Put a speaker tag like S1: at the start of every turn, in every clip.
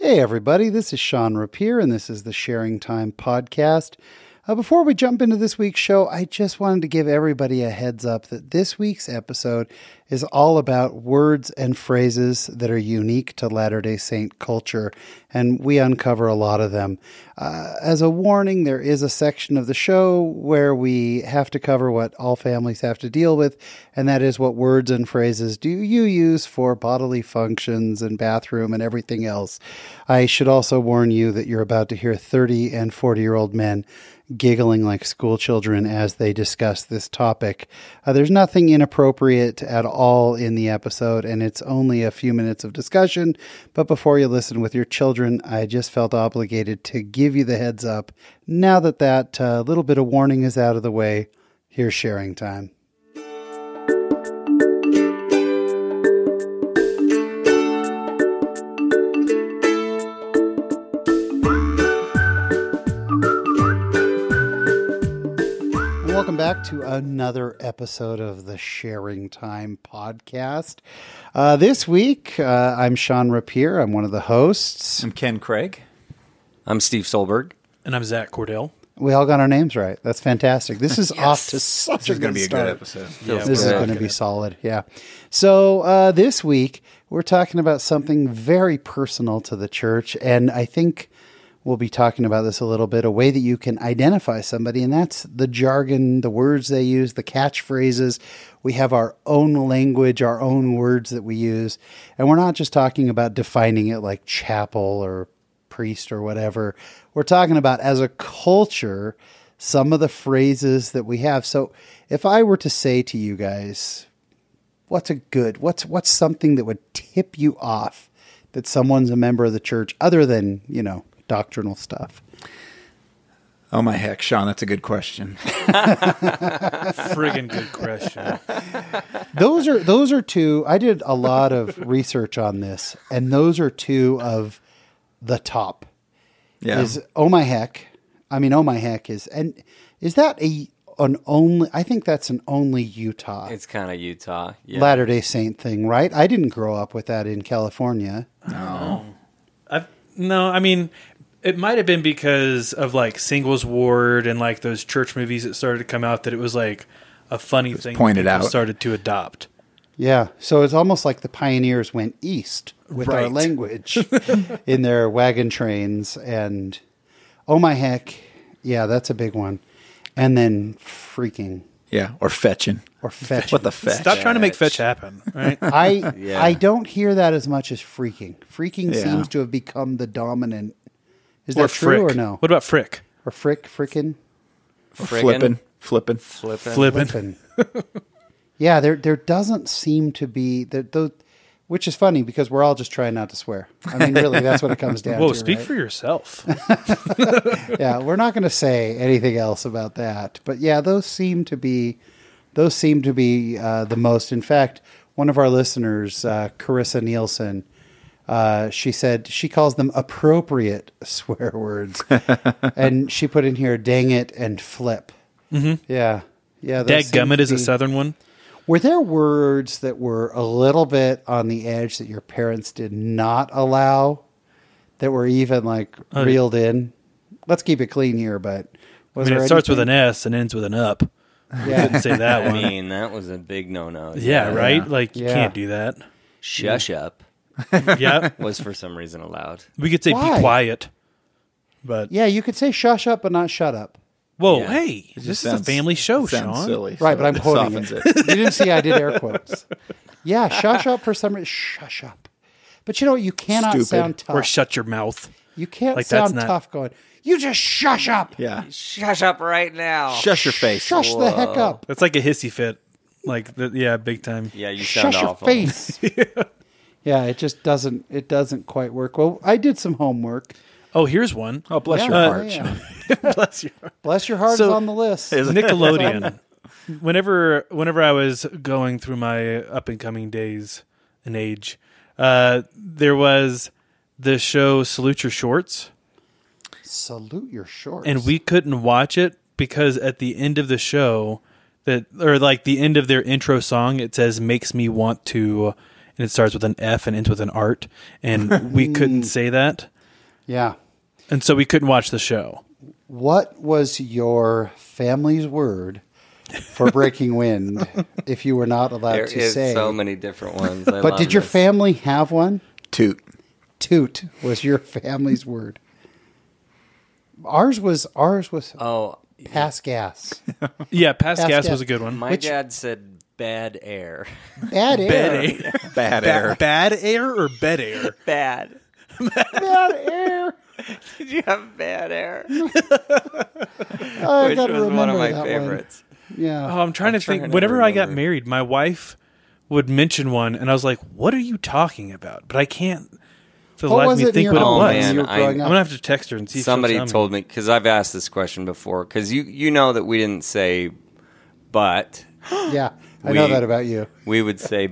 S1: Hey, everybody, this is Sean Rapier, and this is the Sharing Time Podcast. Uh, before we jump into this week's show, I just wanted to give everybody a heads up that this week's episode is all about words and phrases that are unique to Latter day Saint culture, and we uncover a lot of them. Uh, as a warning, there is a section of the show where we have to cover what all families have to deal with, and that is what words and phrases do you use for bodily functions and bathroom and everything else. I should also warn you that you're about to hear 30 and 40 year old men giggling like school children as they discuss this topic. Uh, there's nothing inappropriate at all in the episode, and it's only a few minutes of discussion. But before you listen with your children, I just felt obligated to give you the heads up. Now that that uh, little bit of warning is out of the way, here's sharing time. And Welcome back to another episode of the Sharing Time podcast. Uh, this week, uh, I'm Sean Rapier. I'm one of the hosts.
S2: I'm Ken Craig.
S3: I'm Steve Solberg.
S4: And I'm Zach Cordell.
S1: We all got our names right. That's fantastic. This is off to such
S2: This
S1: a
S2: is
S1: good
S2: going to be a
S1: start.
S2: good episode.
S4: Yeah,
S1: This is
S3: we're
S1: going to be solid. Yeah. So uh, this week we're talking about something very personal to the church, and I think we'll be talking about this a little bit. A way that you can identify somebody, and that's the jargon, the words they use, the catchphrases. We have our own language, our own words that we use, and we're not just talking about defining it like chapel or priest or whatever. We're talking about as a culture some of the phrases that we have. So if I were to say to you guys, what's a good what's what's something that would tip you off that someone's a member of the church other than, you know, doctrinal stuff?
S2: Oh my heck, Sean, that's a good question.
S4: Friggin' good question.
S1: those are those are two. I did a lot of research on this, and those are two of the top.
S2: Yeah.
S1: Is oh my heck? I mean, oh my heck is and is that a an only? I think that's an only Utah
S3: It's kind of Utah. Yeah.
S1: Latter Day Saint thing, right? I didn't grow up with that in California.
S4: I've, no, I mean, it might have been because of like Singles Ward and like those church movies that started to come out that it was like a funny thing that
S2: pointed
S4: people
S2: out.
S4: started to adopt.
S1: Yeah, so it's almost like the pioneers went east with our
S4: Right.
S1: language in their wagon trains, and oh my heck, yeah, that's a big one. And then freaking
S2: yeah, or fetching.
S1: or fetch.
S2: What the fetch?
S4: Stop trying to make fetch happen, right?
S1: I
S3: Yeah.
S1: I don't hear that as much as freaking. Freaking
S2: Yeah.
S1: seems to have become the dominant. Is
S4: or
S1: that true
S4: frick.
S1: or no?
S4: What about frick?
S1: Or frick, frickin',
S3: Friggin',
S2: Flipping. Flipping.
S3: Flipping.
S4: Flippin'.
S1: flippin'. yeah, there there doesn't seem to be that though, which is funny because we're all just trying not to swear. I mean, really, that's what it comes down
S4: Whoa,
S1: to.
S4: speak
S1: right?
S4: for yourself.
S1: yeah, we're not going to say anything else about that. But yeah, those seem to be those seem to be uh, the most. In fact, one of our listeners, uh, Carissa Nielsen, uh, she said she calls them appropriate swear words, and she put in here "dang it" and "flip." Mm-hmm. Yeah, yeah. those seem
S4: Dadgummit
S1: to
S4: is a
S1: be-
S4: southern one.
S1: Were there words that were a little bit on the edge that your parents did not allow that were even like
S4: Oh,
S1: reeled in? Let's keep it clean here, but
S4: I
S1: was
S4: mean,
S1: there
S4: it starts with an
S1: anything-
S4: S and ends with an up.
S1: Yeah.
S4: Didn't say that
S3: I
S4: one.
S3: mean, that was a big no-no.
S4: yeah, right? Like, you
S1: Yeah.
S4: can't do that.
S3: Shush up
S4: Yeah.
S3: was for some reason allowed.
S4: We could say
S1: Why?
S4: be quiet, but
S1: yeah, you could say shush up, but not shut up.
S4: whoa,
S3: Yeah.
S4: hey,
S2: It
S4: this
S2: just
S4: is a
S2: sounds-
S4: family show,
S2: it sounds
S4: Sean.
S2: Silly,
S1: Right,
S2: so
S1: but I'm
S2: it
S1: quoting
S2: softens
S1: it.
S2: it.
S1: you didn't see I did air quotes. Yeah, shush up for some reason. Shush up. But you know what? You cannot
S2: Stupid.
S1: sound tough.
S4: Or shut your mouth.
S1: you can't
S4: like, that's
S1: sound
S4: not-
S1: tough going, you just shush up.
S2: Yeah.
S3: Shush up right now.
S2: Shush your face.
S1: Shush the heck up.
S4: That's like a hissy fit. Like, th yeah, big time.
S3: Yeah, you sound
S1: Shut your
S3: awful.
S1: face. yeah, it just doesn't. It doesn't quite work. Well, I did some homework.
S4: Oh, here's one.
S2: Oh, bless
S1: Yeah,
S2: your
S1: yeah,
S2: heart.
S1: yeah.
S4: Bless you.
S1: Bless your heart is
S4: So-
S1: on the list.
S4: Nickelodeon. whenever, whenever I was going through my up and coming days and age, uh, there was the show Salute Your Shorts,
S1: Salute your shorts.
S4: and we couldn't watch it because at the end of the show, that or like the end of their intro song, it says "makes me want to," and it starts with an F and ends with an art, and we couldn't say that.
S1: Yeah.
S4: and so we couldn't watch the show.
S1: What was your family's word for breaking wind if you were not allowed
S3: There
S1: to
S3: is
S1: say?
S3: so many different ones. I
S1: but
S3: love
S1: did your
S3: this.
S1: family have one?
S2: Toot.
S1: Toot was your family's word. Ours was ours was
S3: Oh,
S1: pass gas.
S4: Yeah, Past
S1: Past
S4: Gas
S1: Gas.
S4: was a good one.
S3: my
S1: Which-
S3: dad said bad air.
S1: Bad air.
S2: Bad air.
S4: bad air or bed air?
S3: bad.
S1: Bad air.
S3: Did you have bad air?
S1: I
S3: Which
S1: Oh, gotta
S3: was one of
S1: remember
S3: my
S1: that
S3: favorites.
S1: Yeah.
S4: Oh, I'm trying to
S3: trying
S4: think.
S3: to
S4: Whenever I got
S3: remember.
S4: married, my wife would mention one, and I was like, "What are you talking about?" But I can't for the
S1: what
S4: life of
S1: was
S4: me
S1: it in
S4: think
S1: your
S4: what it
S1: home
S4: was.
S1: when you were
S3: Man, I-
S1: growing
S4: I'm
S1: up?
S4: gonna have to text her and see. if she'll
S3: Somebody
S4: tell me.
S3: told me because I've asked this question before. Because you you know that we didn't say, but
S2: Oh.
S1: yeah, I know
S3: We-
S1: that about you.
S3: we would say,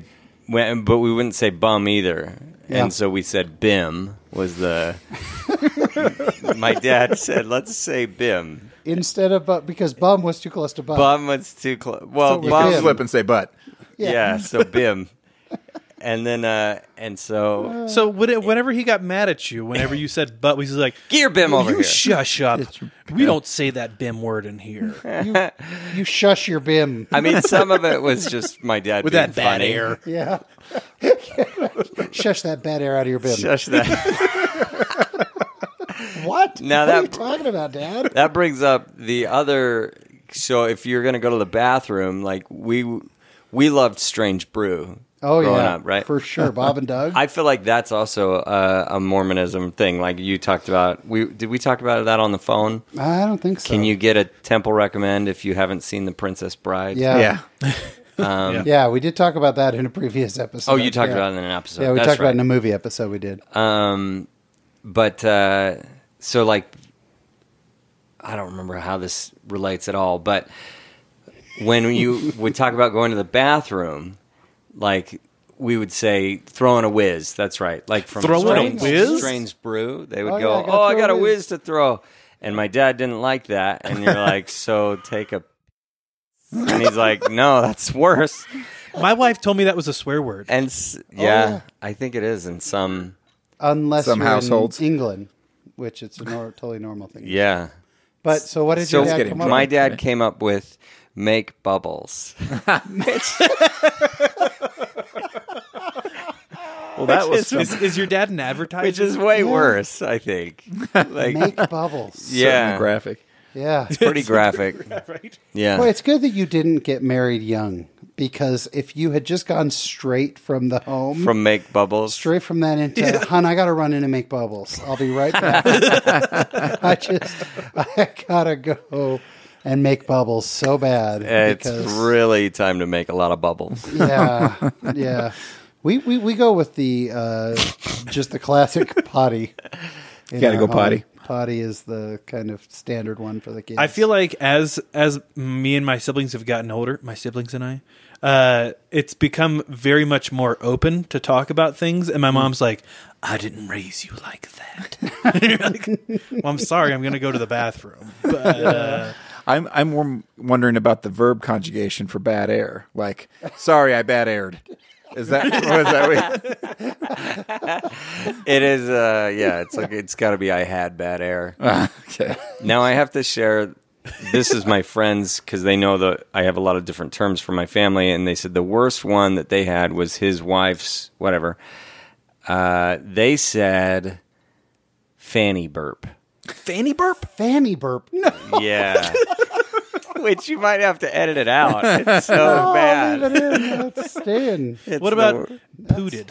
S3: when- but we wouldn't say bum either.
S1: Yeah.
S3: And so we said bim was the. my dad said, "Let's say bim."
S1: Instead of but because bum was too close to butt.
S3: Bum was too close. Well,
S1: So we
S3: bum
S1: bim.
S2: I'll slip and say butt.
S1: Yeah.
S3: Yeah. so bim, and then uh, and so
S4: So when it- whenever he got mad at you, whenever you said "but," we was like,
S3: gear bim
S4: "Will
S3: over
S4: you
S3: here.
S4: shush up. We don't say that bim word in here."
S1: You shush your bim.
S3: I mean, some of it was just my dad
S4: With
S3: being
S4: that bad
S3: funny.
S4: air.
S1: Yeah. shush that bad air out of your bim.
S3: Shush that.
S1: What?
S3: Now
S1: what are
S3: that-
S1: you talking about, Dad?
S3: that brings up the other. So if you're gonna go to the bathroom, like we we loved Strange Brew.
S1: Oh
S3: growing
S1: yeah,
S3: up, right?
S1: For sure, Bob and Doug.
S3: I feel like that's also a, a Mormonism thing. Like you talked about, we did we talk about that on the phone?
S1: I don't think so.
S3: Can you get a temple recommend if you haven't seen The Princess Bride?
S1: Yeah.
S2: yeah.
S1: Yeah, we did talk about that in a previous episode.
S3: Oh, you talked
S1: yeah.
S3: about it in an episode.
S1: Yeah, we
S3: That's
S1: talked about
S3: right.
S1: it in a movie episode. We did.
S3: Um, but uh, so like, I don't remember how this relates at all. But when you would talk about going to the bathroom, like we would say throwing a whiz. That's right. Like from
S4: Throwing a
S3: strange,
S4: whiz?
S3: strange brew. They would
S1: Oh, yeah,
S3: go,
S1: I gotta
S3: oh, I
S1: throw a
S3: got a
S1: whiz."
S3: whiz to throw, and my dad didn't like that. And you're like, so take a. And he's like, no, that's worse.
S4: My wife told me that was a swear word.
S3: And s-
S1: yeah.
S3: yeah, I think it is in some.
S1: Unless
S2: Some
S1: you're
S2: households.
S1: in England, which it's a nor- totally normal thing.
S3: Yeah.
S1: But so what did
S3: So
S1: your dad
S2: getting
S1: come up
S3: my
S1: with?
S3: dad came up with make bubbles.
S2: Well, that was
S4: Is,
S2: some
S4: is your dad an advertiser?
S3: Which is way worse, I think. Like
S1: Make bubbles.
S3: yeah,
S2: graphic.
S1: Yeah.
S3: pretty graphic.
S4: right?
S3: Yeah.
S1: Well, it's good that you didn't get married young because if you had just gone straight from the home,
S3: From make bubbles.
S1: straight from that into, hon, I got to run in and make bubbles. I'll be right back. I just, I got to go and make bubbles so bad.
S3: It's
S1: because,
S3: really time to make a lot of bubbles.
S1: yeah, yeah. We, we, we go with the, uh, just the classic potty. in
S2: Gotta
S1: our
S2: go potty.
S1: Potty is the kind of standard one for the kids.
S4: I feel like as as me and my siblings have gotten older, my siblings and I, uh, it's become very much more open to talk about things. And my mom's like, "I didn't raise you like that." You're like, well, I'm sorry. I'm going to go to the bathroom. But, uh,
S2: I'm I'm wor- wondering about the verb conjugation for bad air. Like, sorry, I bad aired. Is that was that? What,
S3: It is uh yeah, it's like it's gotta be I had bad air.
S2: Ah, okay.
S3: Now I have to share. This is my friends because they know that I have a lot of different terms for my family, and they said the worst one that they had was his wife's whatever. Uh, they said fanny burp.
S4: fanny burp.
S1: fanny burp. No,
S3: Yeah. Which you might have to edit it out. It's so
S1: Oh, leave
S3: bad.
S1: it in. Let's stay in.
S3: It's
S4: What
S3: the
S4: about
S3: wor-
S4: pooted?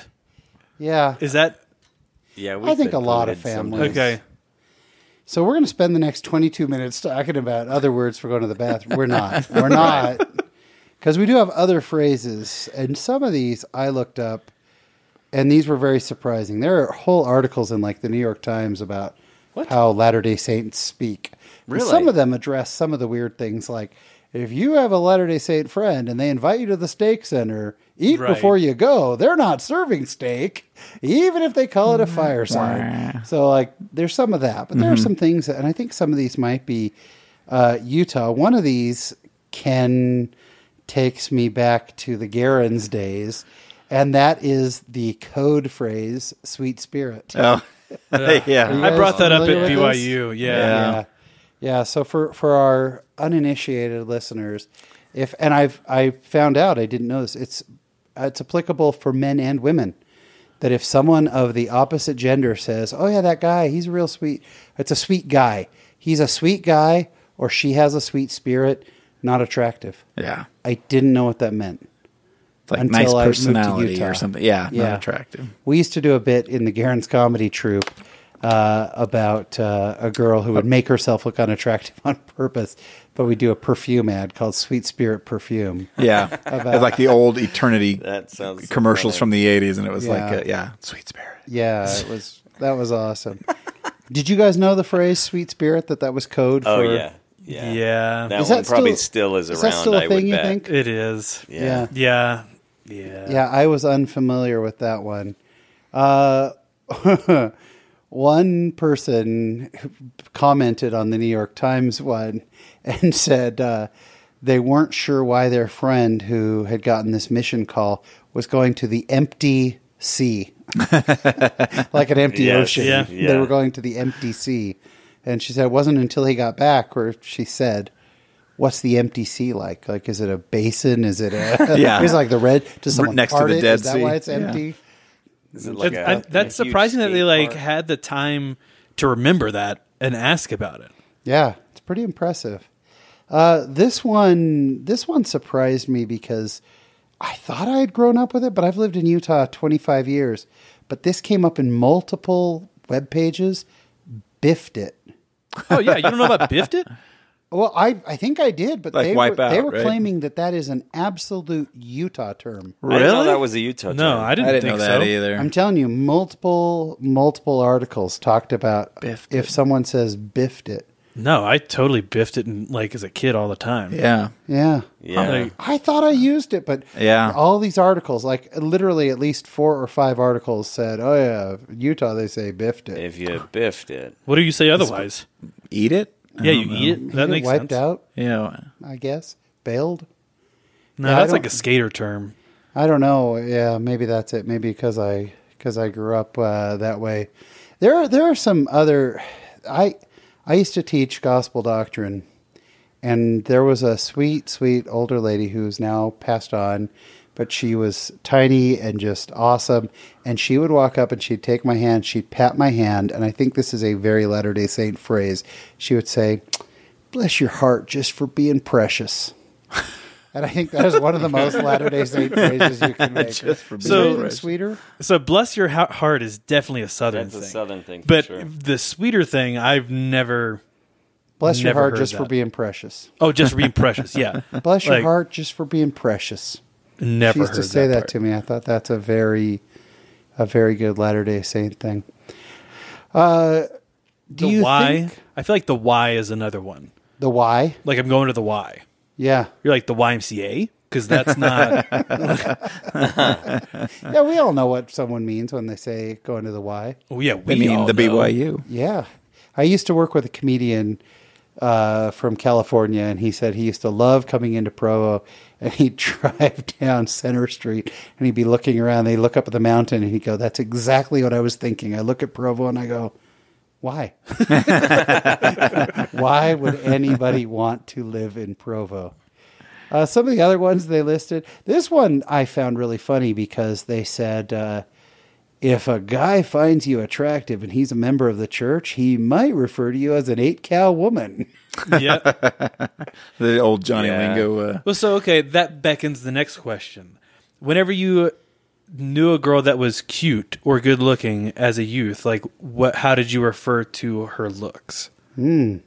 S1: Yeah.
S4: Is that
S3: Yeah, we
S1: I think
S3: said
S1: a lot of
S3: booted sometimes.
S1: families.
S4: okay?
S1: So we're going to spend the next 22 minutes talking about other words for going to the bathroom. We're not. We're not. Because we do have other phrases, and some of these I looked up, and these were very surprising. There are whole articles in like the New York Times about how Latter Day Saints speak. And
S3: Really?
S1: Some of them address some of the weird things, like if you have a Latter Day Saint friend and they invite you to the steak center, eat
S4: Right.
S1: before you go. They're not serving steak, even if they call it a fireside. so like, there's some of that, but there are some things, that, and I think some of these might be uh, Utah. One of these Ken takes me back to the Garen's days, and that is the code phrase "sweet spirit."
S2: Oh, yeah.
S4: I brought that up at
S1: familiar with this?
S4: BYU.
S2: Yeah.
S4: Yeah.
S1: yeah yeah so for for our uninitiated listeners if and i've i found out i didn't know this it's it's applicable for men and women that if someone of the opposite gender says oh yeah that guy he's a real sweet it's a sweet guy he's a sweet guy or she has a sweet spirit not attractive
S2: Yeah.
S1: i didn't know what that meant
S2: It's like
S1: Until
S2: nice
S1: I moved to
S2: personality
S1: Utah.
S2: or something. Yeah,
S1: Yeah.
S2: Not attractive.
S1: we used to do a bit in the Garen's comedy troupe uh, about uh, a girl who would make herself look unattractive on purpose, but we do a perfume ad called Sweet Spirit Perfume.
S2: Yeah. It's like the old eternity
S3: That sounds so
S2: commercials
S3: funny.
S2: from the 80s. And it was
S1: Yeah.
S2: like, uh yeah, sweet spirit.
S1: Yeah, it was that was awesome. Did you guys know the phrase "sweet spirit"? That that was code for.
S3: Oh yeah, yeah,
S4: Yeah.
S3: That
S1: Is
S3: one
S1: that
S3: probably
S1: still-
S3: still, is
S1: is
S3: around.
S1: that still a
S3: I
S1: thing
S3: would
S1: you
S3: bet.
S1: think?
S4: It is.
S3: Yeah.
S1: Yeah.
S4: Yeah. Yeah.
S1: Yeah, I was unfamiliar with that one. Uh, one person who commented on the New York Times one and said uh, they weren't sure why their friend who had gotten this mission call was going to the empty sea, like an empty
S3: Yes,
S1: ocean.
S4: yeah,
S1: They
S3: yeah.
S1: were going to the empty sea. And she said it wasn't until he got back where she said, What's the empty sea like? Like, is it a basin? Is it a.
S2: Yeah.
S1: Is it like the red? Does
S2: Right
S1: someone
S2: next to
S1: part
S2: the
S1: it?
S2: Dead
S1: Is that
S2: Sea.
S1: why it's
S2: Yeah.
S1: empty?
S3: Is it like
S4: It's-
S3: a-
S4: I- that's
S3: a huge
S4: surprising that they
S3: skate
S4: like
S3: park?
S4: had the time to remember that and ask about it.
S1: Yeah, it's pretty impressive. Uh, this one, this one surprised me because I thought I had grown up with it, but I've lived in Utah 25 years. But this came up in multiple web pages. Biffed it.
S4: Oh yeah, you don't know about biffed it?
S1: Well, I, I think I did, but
S2: Like
S1: they,
S2: wipe
S1: were, they
S2: out,
S1: were
S2: right?
S1: claiming that that is an absolute Utah term.
S3: I didn't know that was a Utah.
S4: No,
S3: term.
S4: I didn't,
S2: I didn't
S4: think
S2: know that
S4: so.
S2: either.
S1: I'm telling you, multiple multiple articles talked about
S2: Biffed
S1: if someone says biffed it.
S4: No, I totally biffed it in, like as a kid all the time.
S2: yeah.
S1: Yeah.
S3: Yeah.
S4: Like,
S1: I thought I used it, but
S2: Yeah.
S1: all these articles, like literally at least four or five articles said, "Oh yeah, Utah they say biffed it,
S3: if you biffed it,
S4: what do you say otherwise?
S2: Eat it?
S4: Yeah, you eat it. That
S1: Get
S4: makes
S1: wiped
S4: sense.
S1: out."
S2: Yeah.
S1: I guess bailed.
S4: No,
S1: Yeah, I
S4: that's like
S1: don't-
S4: a skater term.
S1: I don't know. Yeah, maybe that's it. Maybe because I because I grew up uh, that way. There are there are some other. I I used to teach gospel doctrine, and there was a sweet sweet older lady who's now passed on, but she was tiny and just awesome. And she would walk up and she'd take my hand, she'd pat my hand, and I think this is a very Latter Day Saint phrase. She would say, "Bless your heart just for being precious." And I think that is one of the most Latter Day Saint phrases you can make.
S2: Just for
S1: Is
S4: being
S1: there anything
S2: precious.
S1: sweeter.
S4: So bless your ha- heart is definitely a southern
S3: that's
S4: thing.
S3: a southern thing. For
S4: but
S3: sure.
S4: the sweeter thing, I've never.
S1: Bless your
S4: Never
S1: heart
S4: heard
S1: just for
S4: that.
S1: being precious.
S4: Oh, just being precious. Yeah,
S1: Bless your
S4: Like,
S1: heart just for being precious.
S4: Never
S1: she used
S4: heard
S1: to say that,
S4: part.
S1: to me. I thought that's a very, a very good Latter Day Saint thing. Uh, do
S4: the
S1: you
S4: why?
S1: think
S4: I feel like the why is another one.
S1: the why?
S4: Like I'm going to the why.
S1: Yeah,
S4: You're like the YMCA because that's not.
S1: yeah. We all know what someone means when they say going to the why.
S4: oh yeah,
S2: I
S4: we all
S2: mean, the E.
S4: know.
S2: BYU.
S1: Yeah. I used to work with a comedian uh, from California, and he said he used to love coming into Provo, and he'd drive down Center Street, and he'd be looking around. They look up at the mountain, and he'd go, "That's exactly what I was thinking." I look at Provo, and I go, "Why? Why would anybody want to live in Provo?" Uh, some of the other ones they listed. This one I found really funny because they said uh, if a guy finds you attractive and he's a member of the church, he might refer to you as an eight cow woman.
S4: Yeah.
S2: The old Johnny
S3: Yeah.
S2: Lingo. Uh,
S4: Well, so okay, that beckons the next question. Whenever you knew a girl that was cute or good looking as a youth, like what? How did you refer to her looks? Hmm.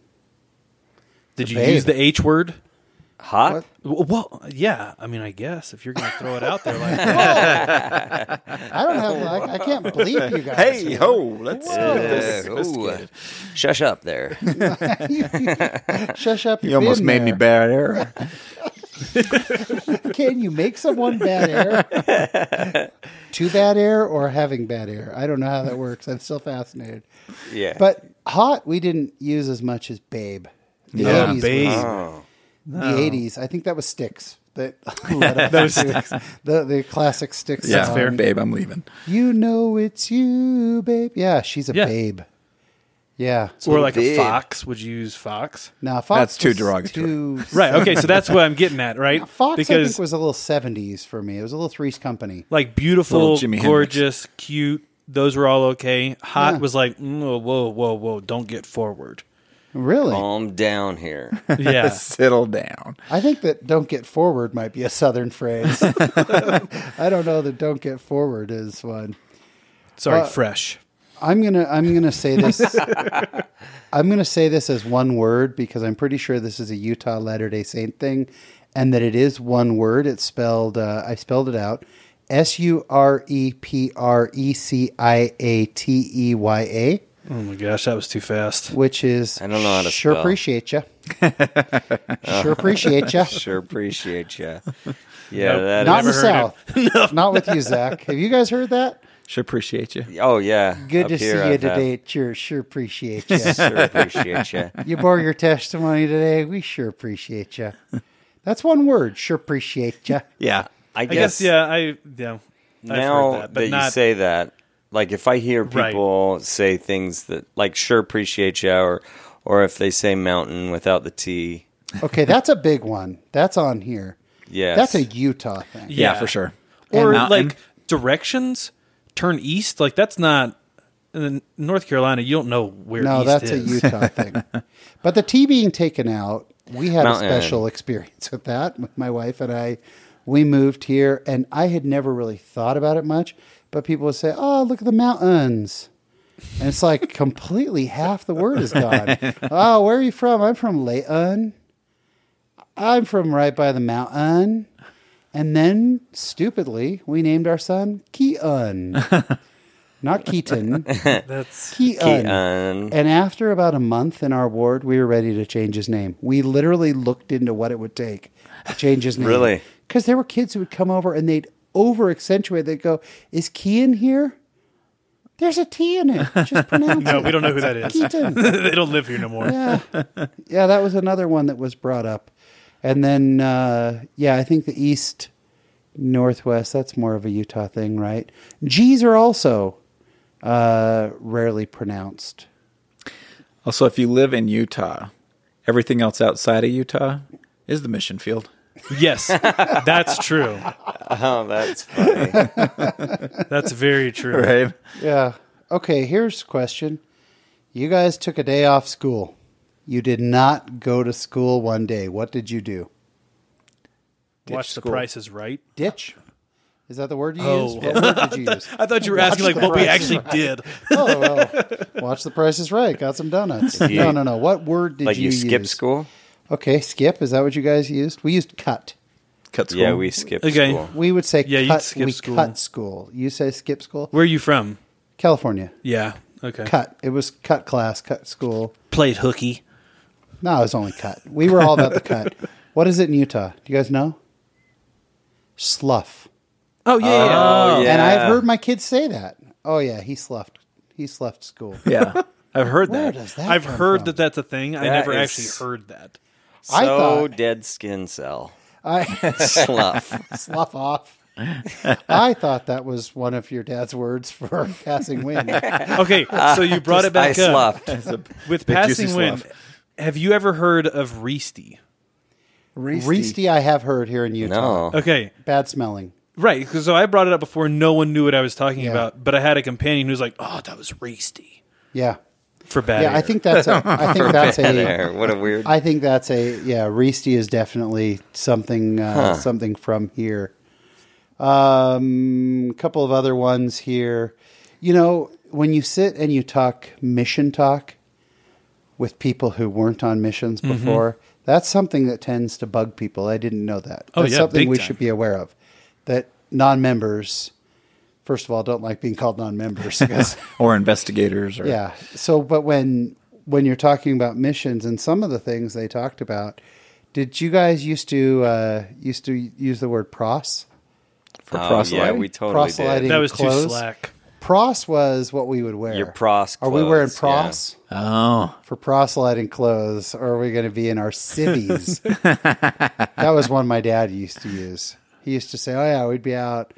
S4: Did you
S1: babe.
S4: use the H word?
S3: hot.
S4: W- Well, yeah. I mean, I guess if you're going to throw it out there, like
S1: I don't have, I, I can't bleep you guys.
S2: hey, ho, let's
S3: Yeah. Ooh. Shush up there.
S1: Shush up.
S2: You
S1: you've
S2: almost
S1: been
S2: made me
S1: there.
S2: bad air.
S1: Can you make someone bad air? Too bad air or having bad air? I don't know how that works. I'm still fascinated.
S3: Yeah.
S1: But hot, we didn't use as much as babe. The
S2: Yeah,
S1: 80s was-
S3: Oh.
S4: babe.
S1: Oh. The 80s. I think that was sticks. that let up to the, the classic stick
S2: Yeah,
S1: song.
S2: babe, I'm leaving.
S1: You know it's you, babe. Yeah, she's a
S4: Yeah.
S1: babe. Yeah.
S4: or like
S3: big.
S4: a fox. Would you use fox?
S1: Now, Fox
S2: That's too
S1: was
S2: derogatory.
S1: too-
S4: Right. Okay. So that's what I'm getting at, right?
S1: Fox, I
S4: because
S1: think, was a little 70s for me. It was a little Three's Company.
S4: like
S2: Little
S4: beautiful,
S2: Jimi
S4: gorgeous, cute. Those were all okay. Hot
S1: Yeah.
S4: was like, mm, whoa, whoa, whoa, whoa, don't get forward.
S1: Really?
S3: Calm down here.
S4: Yeah.
S2: Settle down.
S1: I think that don't get forward might be a Southern phrase. I don't know that don't get forward is one.
S4: Sorry,
S1: Uh,
S4: fresh.
S1: I'm gonna I'm gonna say this. I'm gonna say this as one word because I'm pretty sure this is a Utah Latter Day Saint thing, and that it is one word. It's spelled. Uh, I spelled it out. S U R E P R E C I A T E Y A,
S4: Oh my gosh, that was too fast.
S1: which is
S3: I don't know how to
S1: sure
S3: spell.
S1: appreciate you. sure appreciate you.
S3: Sure appreciate you. Yeah,
S4: Nope.
S3: that
S1: Not in the
S4: Never heard
S1: south. Not with you, Zach. Have you guys heard that?
S2: Sure appreciate you.
S3: is- Oh yeah.
S1: Good
S3: up
S1: to
S3: here
S1: see
S3: I
S1: you
S3: have-
S1: today. Sure, sure appreciate you.
S3: Sure appreciate you.
S1: you bore your testimony today. We sure appreciate you. That's one word. Sure appreciate you.
S2: Yeah.
S3: I
S4: I guess,
S3: guess,
S4: yeah, I, yeah.
S3: now
S4: I've
S3: that,
S4: heard that, but
S3: you
S4: not,
S3: say that, like if I hear
S4: Right.
S3: people say things that like sure appreciate you or or if they say mountain without the T.
S1: Okay, that's a big one. That's on here.
S3: Yes.
S1: That's a Utah thing.
S2: Yeah, for sure.
S4: Or
S2: And mountain.
S4: like directions, turn east. Like that's not, in North Carolina, you don't know where
S1: No,
S4: east
S1: that's
S4: is.
S1: a Utah thing. But the tea being taken out, we had
S3: Mountain.
S1: a special experience with that. With my wife and I, we moved here, and I had never really thought about it much. But people would say, "Oh, look at the mountains," and it's like completely half the word is gone. oh, where are you from? I'm from Layton. I'm from right by the mountain. And then, stupidly, we named our son Keaton, not Keaton.
S4: That's
S1: Keaton.
S3: Keaton.
S1: And after about a month in our ward, we were ready to change his name. We literally looked into what it would take to change his name.
S3: Really?
S1: Because there were kids who would come over and they'd over accentuate. They'd go, Is Kean here? There's a T in it. Just pronounce
S4: no,
S1: it.
S4: we don't know who that is.
S1: Keaton.
S4: they don't live here no more.
S1: Yeah. yeah, that was another one that was brought up. And then, uh, yeah, I think the East, Northwest, that's more of a Utah thing, right? G's are also uh, rarely pronounced.
S2: also, if you live in Utah, everything else outside of Utah is the mission field.
S4: Yes, that's true.
S3: Oh, that's funny.
S4: That's very true.
S2: Right?
S1: Yeah. Okay, here's a question. You guys took a day off school. You did not go to school one day. What did you do?
S4: Watch the
S2: school.
S4: Price is Right.
S1: Ditch. Is that the word you
S4: Oh.
S1: used? What word did you use?
S4: I thought you were asking like
S1: The
S4: what we
S1: Price is
S4: actually did.
S1: Oh, well, watch the Price is Right. Got some donuts.
S3: If you-
S1: no, no, no. What word did
S3: like
S1: you,
S3: you, skip
S1: use?
S3: school?
S1: Okay, skip. Is that what you guys used? We used cut.
S2: Cut school.
S3: Yeah, we skip
S4: Okay.
S3: school.
S1: We would say
S4: Yeah, you'd
S1: cut.
S4: skip
S1: we
S4: school.
S1: cut school. You say skip school?
S4: Where are you from?
S1: California.
S4: Yeah. Okay.
S1: Cut. It was cut class, cut school.
S4: Played hooky.
S1: No, it was only cut. We were all about the cut. What is it in Utah? Do you guys know? Slough.
S4: Oh yeah. yeah.
S3: Oh, yeah.
S1: And I've heard my kids say that. Oh yeah, he sloughed. He sloughed school.
S2: Yeah. I've heard
S1: Where
S2: that.
S1: does that?
S4: I've
S1: come
S4: heard
S1: from?
S4: that that's a thing. I
S3: That
S4: never
S3: is-
S4: actually heard that.
S3: so
S1: I thought-
S3: dead skin cell.
S1: I
S3: Slough.
S1: slough off. I thought that was one of your dad's words for passing wind.
S4: Okay, so you brought it
S3: I
S4: back up
S3: sloughed.
S4: with
S2: Big juicy
S4: passing wind.
S2: slough.
S4: Have you ever heard of Reesty?
S1: Reesty, I have heard here in Utah.
S3: No.
S4: Okay,
S1: Bad smelling.
S4: right. 'cause- So I brought it up before. No one knew what I was talking
S1: Yeah.
S4: about, but I had a companion who was like, "Oh, that was Reesty
S1: Yeah.
S4: for bad."
S1: Yeah, I
S4: air."
S1: think that's a I think that's
S3: Bad
S1: a
S3: air. What a weird.
S1: I think that's a yeah. Reesty is definitely something uh, something from here. Um, couple of other ones here. You know, when you sit and you talk mission talk with people who weren't on missions
S4: Mm-hmm.
S1: before, that's something that tends to bug people. I didn't know that.
S4: Oh,
S1: that's
S4: yeah,
S1: something
S4: big
S1: we
S4: time.
S1: should be aware of. That non-members, first of all, don't like being called non-members because
S2: Or investigators. Or,
S1: yeah. So, but when when you're talking about missions and some of the things they talked about, did you guys used to uh, used to use the word pros?
S2: For
S3: Oh, yeah,
S2: proselyting.
S3: we totally did.
S1: proselyting
S4: that was
S1: clothes?
S4: too slack.
S1: Pross was what we would wear.
S3: Your pros
S1: Are we wearing
S3: clothes, yeah.
S1: pross
S2: Oh,
S1: for proselyting clothes, or are we going to be in our civvies? that was one my dad used to use. He used to say, "Oh yeah, we'd be out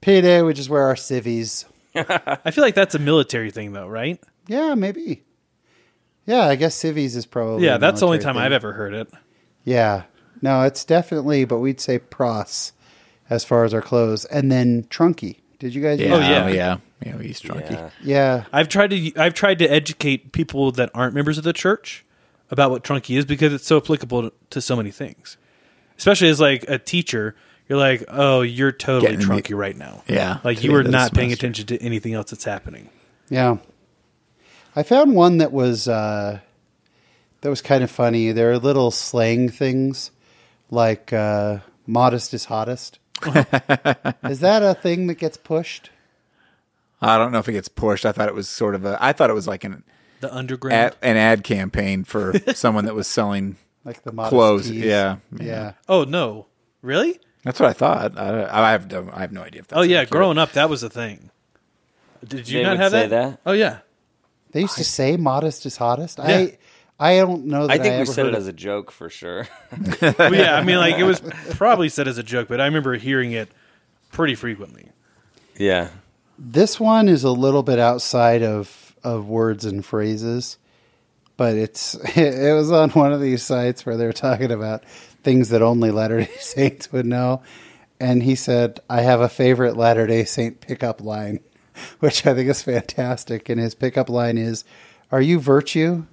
S1: payday. We just wear our civvies."
S4: I feel like that's a military thing, though, right?
S1: Yeah, maybe. Yeah, I guess civvies is probably.
S4: yeah,
S1: a
S4: that's the only
S1: military
S4: time
S1: thing.
S4: I've ever heard it.
S1: Yeah. No, it's definitely, but we'd say pros as far as our clothes. And then trunky. Did you guys?
S2: yeah, oh,
S1: use-
S4: Oh, yeah.
S2: yeah, yeah. We used drunky.
S3: Yeah.
S1: Yeah.
S4: I've tried to I've tried to educate people that aren't members of the church about what trunky is because it's so applicable to, to so many things. Especially as like a teacher, you're like, "Oh, you're totally
S2: Getting
S4: trunky
S2: the-
S4: right now."
S2: Yeah,
S4: Like
S2: to
S4: you
S2: the
S4: were
S2: end of the
S4: not paying
S2: semester.
S4: attention to anything else that's happening.
S1: Yeah. I found one that was uh, that was kind of funny. There are little slang things like uh, "modest is hottest." is that a thing that gets pushed?
S2: I don't know if it gets pushed. I thought it was sort of a. I thought it was like an
S4: The underground.
S2: ad, an ad campaign for someone that was selling
S1: Like the modest
S2: clothes.
S1: tees?
S2: Yeah,
S1: yeah.
S4: oh no. Really?
S2: that's what I thought. I, I have no, I have no idea if that's
S4: Oh yeah,
S2: accurate.
S4: growing up that was a thing. Did you
S3: They
S4: not
S3: would
S4: have
S3: say that?
S4: Oh yeah.
S1: They used to say "modest is hottest."
S4: Yeah.
S1: I I don't know. That
S3: I think
S1: ever
S3: we said
S1: heard
S3: it as a joke for sure.
S4: Well, yeah, I mean like it was probably said as a joke, but I remember hearing it pretty frequently.
S3: yeah.
S1: This one is a little bit outside of of words and phrases, but it's it was on one of these sites where they were talking about things that only Latter Day Saints would know, and he said, "I have a favorite Latter Day Saint pickup line," which I think is fantastic. And his pickup line is, "Are you virtue?"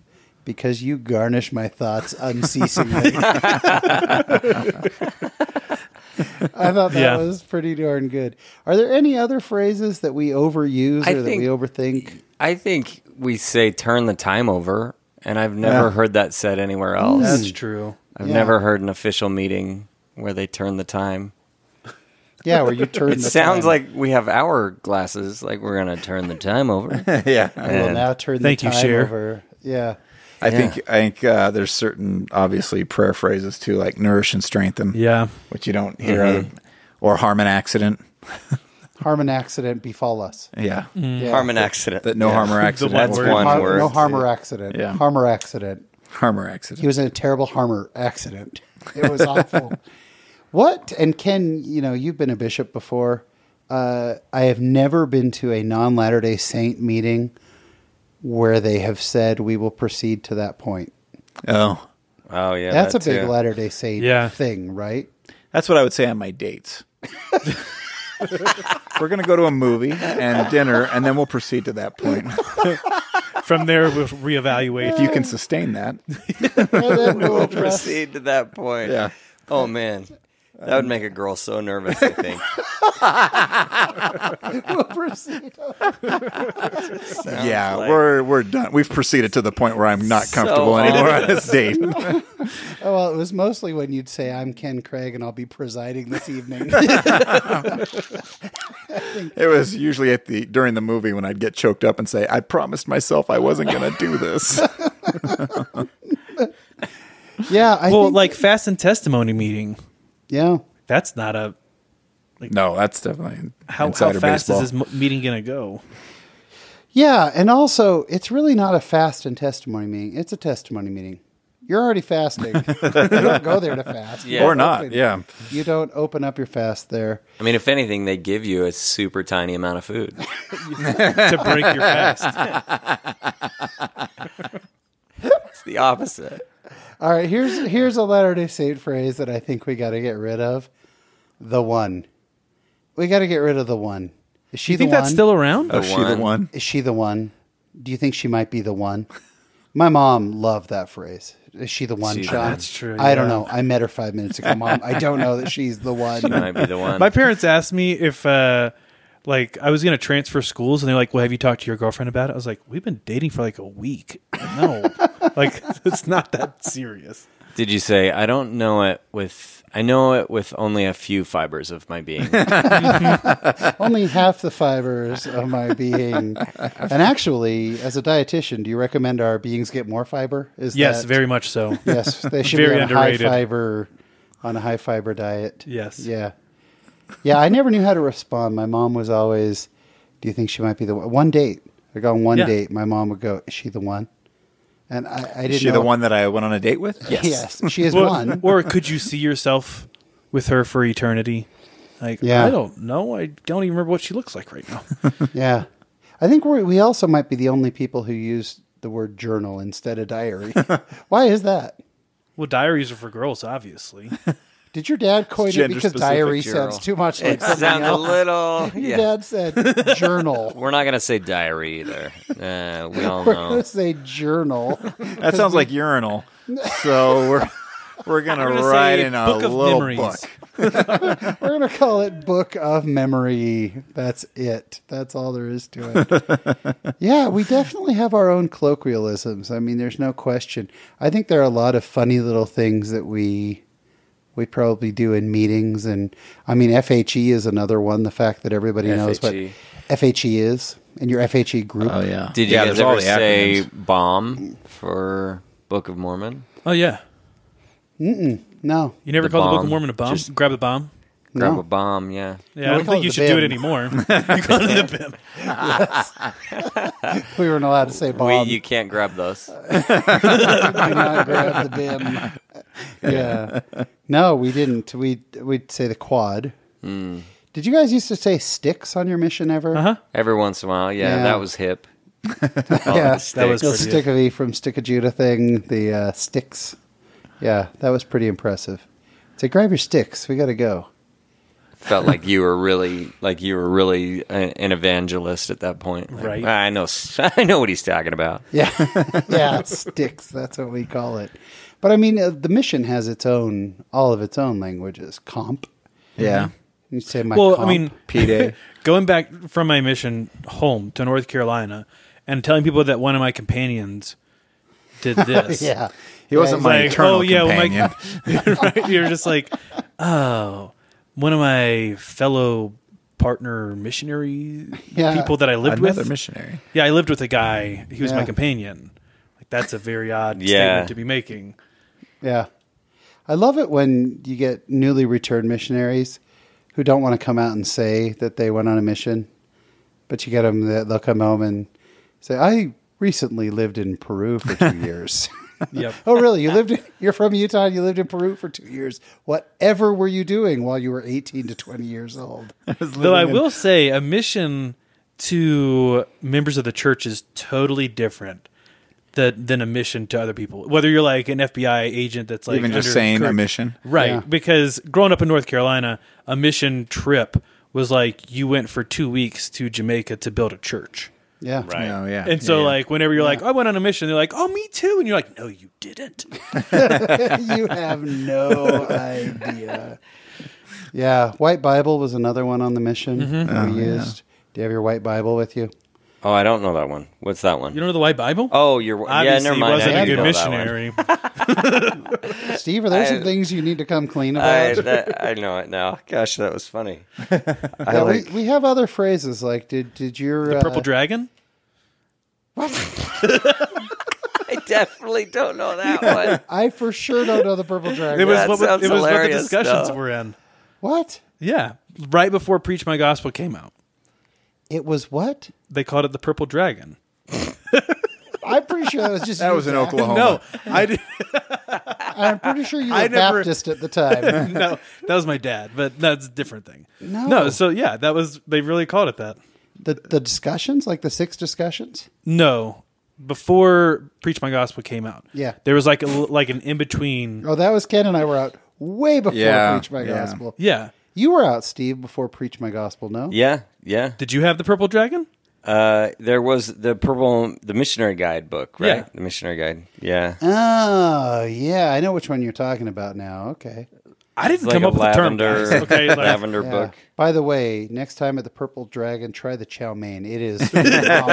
S1: Because you garnish my thoughts unceasingly. I thought that
S4: Yeah.
S1: was pretty darn good. Are there any other phrases that we overuse
S3: I
S1: or that
S3: think-
S1: we overthink?
S3: I think we say turn the time over, and I've never
S1: Yeah. Hmm.
S3: heard that said anywhere else.
S1: Mm.
S4: That's true.
S3: I've
S1: yeah.
S3: never heard an official meeting where they turn the time.
S1: Yeah, where you turn.
S3: It
S1: the
S3: sounds
S1: time.
S3: like we have hourglasses, like we're going to turn the time over.
S2: yeah,
S1: We'll
S3: And-
S1: now turn
S4: Thank
S1: the
S4: you,
S1: time
S4: Cher.
S1: over. Yeah.
S2: I think I think uh, there's certain obviously prayer phrases too, like nourish and strengthen.
S4: Yeah.
S2: which you don't hear, out of- Mm-hmm. or harm an accident.
S1: Harm and accident befall us.
S2: Yeah,
S4: Mm.
S1: Yeah.
S3: Mm-hmm. Harm an accident.
S2: that no harm or accident.
S4: one
S2: That's
S4: word.
S2: one
S1: Har-
S3: word.
S1: No harm or accident.
S2: Yeah.
S1: Harm or accident.
S2: harm or
S1: He
S2: accident.
S1: was in a terrible harm or accident. It was awful. What and Ken, you know, you've been a bishop before. Uh, I have never been to a non Latter Day Saint meeting where they have said we will proceed to that point.
S2: Oh,
S3: Oh yeah,
S1: That's
S3: that
S1: a big
S3: too.
S1: Latter Day Saint
S4: Yeah.
S1: thing, right?
S2: that's what I would say on my dates. We're gonna go to a movie and dinner, and then we'll proceed to that point.
S4: From there we'll reevaluate.
S2: if you can sustain that,
S1: And then we'll
S3: We'll
S1: address-
S3: proceed to that point.
S2: Yeah.
S3: Oh man, that would make a girl so nervous. I think.
S1: we'll proceed.
S2: yeah,
S3: like-
S2: we're we're done. We've proceeded to the point where I'm not
S3: So
S2: comfortable anymore on
S3: obvious.
S2: this date.
S1: Oh, well, it was mostly when you'd say, I'm Ken Craig and I'll be presiding this evening.
S2: It was usually at the during the movie when I'd get choked up and say, "I promised myself I wasn't gonna do this."
S1: yeah. I
S4: well,
S1: think,
S4: like fast and testimony meeting.
S1: yeah.
S4: That's not a
S2: no, that's definitely
S4: how, how
S2: insider
S4: fast
S2: baseball.
S4: is this m- meeting going to go?
S1: Yeah. And also, it's really not a fast and testimony meeting, it's a testimony meeting. You're already fasting. you don't go there to fast. You
S3: Yeah.
S1: don't
S2: or not?
S1: open-
S2: Yeah.
S1: You don't open up your fast there.
S3: I mean, if anything, they give you a super tiny amount of food.
S4: to break your fast.
S3: It's the opposite.
S1: All right. Here's here's a Latter day Saint phrase that I think we got to get rid of the one. We got to get rid of the one. Is she
S4: You
S1: the
S4: think
S1: one?
S4: that's still around?
S2: Oh, she the
S3: one.
S2: one.
S1: Is she the one? Do you think she might be the one? My mom loved that phrase. Is she the one,
S3: She's the
S1: Sean?
S3: one.
S4: That's true,
S1: I don't
S4: yeah.
S1: know. I met her five minutes ago, mom. I don't know that she's the
S3: That
S1: one.
S3: might be the one.
S4: My parents asked me if, uh, like, I was going to transfer schools, and they're like, "Well, have you talked to your girlfriend about it?" I was like, "We've been dating for like a week. No, like, it's not that serious."
S3: Did you say I don't know it with? I know it with only a few fibers of my being.
S1: Only half the fibers of my being. And actually, as a dietitian, do you recommend our beings get more fiber? Is
S4: Yes,
S1: that-
S4: very much so.
S1: yes they should
S4: Very
S1: be on
S4: underrated.
S1: a high fiber on a high fiber diet.
S4: Yes.
S1: Yeah. Yeah, I never knew how to respond. My mom was always, Do you think she might be the one? One date. Like on one
S4: Yeah.
S1: date, my mom would go, "Is she the one?" And I, I didn't.
S2: Is she the
S1: know-
S2: one that I went on a date with? Yes.
S1: Yes, she is
S4: Well,
S1: one.
S4: or could you see yourself with her for eternity? Like,
S1: Yeah.
S4: I don't know. I don't even remember what she looks like right now.
S1: Yeah, I think we we also might be the only people who use the word journal instead of diary. Why is that?
S4: well, diaries are for girls, obviously.
S1: Did your dad coin it because
S2: gender-specific
S1: diary
S2: journal.
S1: sounds too much like
S3: It
S1: something
S3: sounds a
S1: else?
S3: little.
S1: Your
S3: Yeah.
S1: dad said journal.
S3: We're not going to say diary either. Uh, we all
S1: We're gonna
S3: know.
S1: say journal.
S2: That sounds like urinal. So we're we're gonna,
S4: gonna
S2: write
S4: say
S2: in a
S4: book of
S2: little
S4: memories.
S2: book.
S1: We're gonna call it Book of Memory. That's it. That's all there is to it. yeah, we definitely have our own colloquialisms. I mean, there's no question. I think there are a lot of funny little things that we we probably do in meetings, and I mean, FHE is another one. The fact that everybody knows what
S3: FHE.
S1: FHE is and your FHE group.
S2: E. Oh yeah.
S3: Did you
S2: yeah,
S3: guys
S2: there's all the
S3: ever say
S2: acronyms.
S3: bomb for Book of Mormon?
S4: oh, yeah.
S1: No,
S4: You never
S3: The
S4: called the Book
S3: bomb.
S4: of Mormon a bomb?
S3: Just-
S4: Grab the bomb?
S3: Grab
S1: No.
S3: a bomb, yeah.
S1: No,
S4: Yeah, I
S1: we
S4: don't
S1: call
S4: think
S1: it
S4: you
S1: the
S4: should do it
S1: bim.
S4: anymore. you call it the bim.
S1: we weren't allowed to say
S3: We,
S1: Bob.
S3: you can't grab those.
S1: Why not grab the bin? Yeah. No, we didn't. We we'd say the quad.
S2: Hmm.
S1: Did you guys used to say sticks on your mission ever?
S4: Uh huh.
S3: Every once in a while, yeah,
S1: Yeah.
S3: that was hip.
S1: Yeah,
S3: that was
S1: The
S4: Oh, pretty
S1: stick of E from Stick of Judah thing. The uh, sticks. Yeah, that was pretty impressive. Say, grab your sticks. We got to go.
S3: felt like you were really like you were really a- an evangelist at that point. Like,
S4: Right.
S3: I know. I know what he's talking about.
S1: Yeah, yeah, sticks. That's what we call it. But I mean, uh, the mission has its own, all of its own languages. Comp.
S2: Yeah.
S1: You say my.
S4: Well, I
S1: comp.
S4: mean,
S2: P-Day.
S4: going back from my mission home to North Carolina and telling people that one of my companions did this.
S1: yeah,
S2: He wasn't my
S4: Like,
S2: eternal
S4: oh, yeah, well, my-
S2: companion.
S4: Right? You're just like, oh, one of my fellow partner missionary
S1: Yeah.
S4: people that I lived
S2: Another
S4: with.
S2: missionary.
S4: yeah, I lived with a guy. He was
S1: Yeah.
S4: my companion. Like that's a very odd
S3: Yeah.
S4: statement to be making.
S1: Yeah. I love it when you get newly returned missionaries who don't want to come out and say that they went on a mission, but you get them that they'll come home and say, I recently lived in Peru for two years.
S4: Yep.
S1: oh, really? You lived, in, you're from Utah and you lived in Peru for two years. Whatever were you doing while you were 18 to 20 years old?
S4: Though I will say, a mission to members of the church is totally different that, than a mission to other people. Whether you're like an FBI agent that's like
S2: Even just
S4: under
S2: saying a
S4: Kirk-
S2: mission.
S4: right?
S1: Yeah.
S4: Because growing up in North Carolina, a mission trip was like you went for two weeks to Jamaica to build a church.
S1: Yeah.
S2: Right. Oh yeah.
S4: And so,
S2: Yeah, yeah.
S4: like, whenever you're like, I went on a mission, they're like, oh, me too. And you're like, no, you didn't.
S1: you have no idea. Yeah. White Bible was another one on the mission that we used. Do you have your white Bible with you?
S3: Oh, I don't know that one. What's that one?
S4: You don't know the White Bible?
S3: oh, you're yeah.
S4: Obviously,
S3: Never
S4: he
S3: mind.
S4: wasn't
S3: I
S4: a
S3: didn't know
S4: good
S3: that one.
S4: missionary.
S1: Steve, are there some
S3: I-
S1: things you need to come clean
S3: I,
S1: about?
S3: that, I know it now. Gosh, that was funny. I
S1: Yeah,
S3: like.
S1: we, we have other phrases like did did your uh,
S4: Purple Dragon?
S3: I definitely don't know that one.
S1: I for sure don't know the purple dragon.
S4: It was,
S3: That
S4: what, it
S3: sounds
S4: was what the
S3: hilarious,
S4: discussions
S3: though.
S4: were in.
S1: what?
S4: Yeah, right before Preach My Gospel came out,
S1: It was what?
S4: they called it the Purple Dragon.
S1: I'm pretty sure that was just
S2: that
S1: you,
S2: was in
S1: Zach.
S2: Oklahoma.
S4: No, I did,
S1: I'm pretty sure you were
S4: I never-
S1: Baptist at the time.
S4: no, that was my dad, but that's a different thing.
S1: No.
S4: so yeah, that was they really called it that.
S1: the the discussions, like the six discussions?
S4: No, before Preach My Gospel came out,
S1: Yeah.
S4: there was like a, like an in between.
S1: Oh, that was Ken and I were out way before
S2: Yeah,
S1: Preach My
S2: yeah.
S1: Gospel.
S4: Yeah,
S1: You were out, Steve, before Preach My Gospel, no?
S3: Yeah, yeah.
S4: did you have the Purple Dragon?
S3: Uh, there was the purple, the missionary guide book, right?
S4: Yeah.
S3: The missionary guide. Yeah.
S1: Oh, yeah. I know which one you're talking about now. Okay.
S4: I didn't
S3: Like
S4: come
S3: a
S4: up with the term.
S3: lavender,
S4: guys. Okay, like,
S3: lavender
S1: Yeah.
S3: book.
S1: By the way, next time at the Purple Dragon, try the chow mein. It is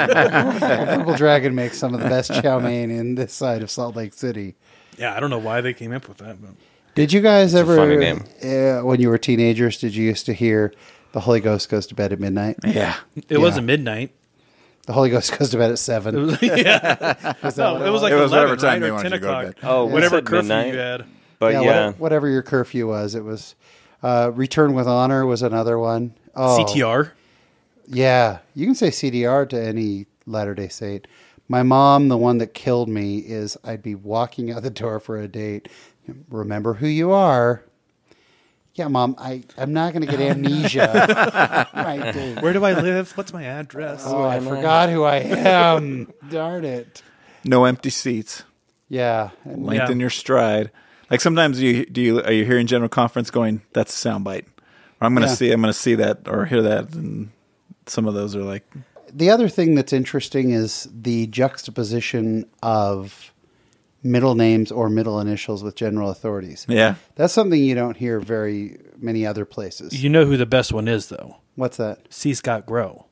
S1: phenomenal. Purple Dragon makes some of the best chow mein in this side of Salt Lake City.
S4: yeah, I don't know why they came up with that. But.
S1: Did you guys ever,
S3: funny name.
S1: Uh, when you were teenagers, did you used to hear the Holy Ghost goes to bed at midnight?
S2: Yeah.
S4: It wasn't midnight.
S1: The Holy Ghost goes to bed at seven.
S4: It was, yeah, no, it was like
S2: It was
S4: 11,
S2: whatever time
S4: right,
S2: they
S4: or
S2: wanted you to
S4: 10
S2: go to
S4: o'clock.
S2: bed.
S3: Oh, we
S4: whatever
S3: said
S4: curfew
S3: midnight.
S4: you had.
S3: But
S1: yeah,
S3: yeah,
S1: whatever, whatever your curfew was, it was. Uh, Return with Honor was another one. Oh,
S4: CTR.
S1: Yeah, you can say CDR to any Latter day Saint. My mom, the one that killed me, is I'd be walking out the door for a date. Remember who you are. Yeah, mom, I, I'm not going to get amnesia. right, dude.
S4: Where do I live? What's my address?
S1: Oh, I forgot who I am. Darn it.
S2: No empty seats.
S1: Yeah. and-
S2: Lengthen your stride. Like sometimes you do you are you hearing general conference going that's a soundbite. Or I'm gonna
S1: Yeah.
S2: see I'm gonna see that or hear that and some of those are like
S1: the other thing that's interesting is the juxtaposition of middle names or middle initials with general authorities.
S2: yeah
S1: That's something you don't hear very many other places.
S4: You know who the best one is, though.
S1: What's that?
S4: C. Scott Grow.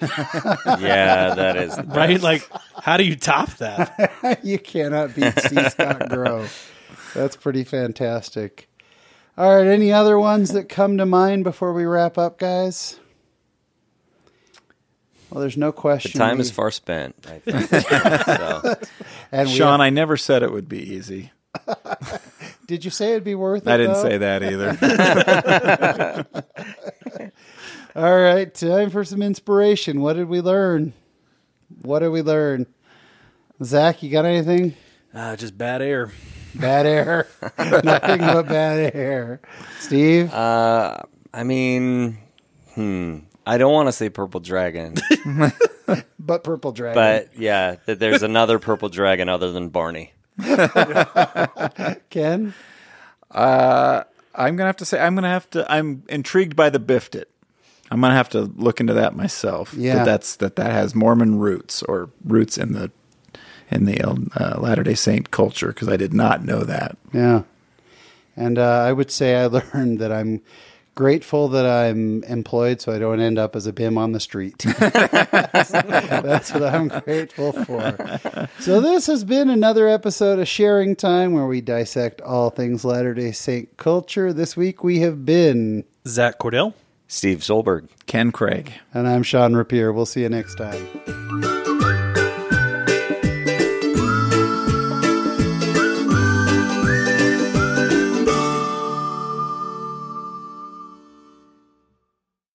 S3: yeah, that is
S4: Right? Like, how do you top that?
S1: you cannot beat C. Scott Grove. That's pretty fantastic. All right, any other ones that come to mind before we wrap up, guys? Well, there's no
S3: The
S1: question.
S3: time
S1: we-
S3: is far spent. I think. so,
S1: And we-
S2: Sean, I never said it would be easy.
S1: did you say it'd be worth it?
S2: I didn't
S1: though?
S2: say that either.
S1: All right, time for some inspiration. What did we learn? What did we learn? Zach, you got anything?
S4: Ah, just bad air.
S1: Bad air. Nothing but bad air. Steve?
S3: uh, I mean, hmm. I don't want to say purple dragon,
S1: but Purple Dragon.
S3: but yeah, that there's another purple dragon other than Barney.
S1: Ken?
S2: I'm gonna have to say I'm gonna have to. I'm intrigued by the biffed it. I'm gonna have to look into that myself.
S1: Yeah.
S2: that that's that that has Mormon roots or roots in the in the uh, Latter Day Saint culture because I did not know that.
S1: Yeah. And uh, I would say I learned that I'm grateful that I'm employed so I don't end up as a BIM on the street. That's what I'm grateful for. So, this has been another episode of Sharing Time where we dissect all things Latter day Saint culture. This week we have been,
S4: Zach Cordell?
S3: Steve Solberg.
S2: Ken Craig.
S1: and I'm Sean Rapier. We'll see you next time.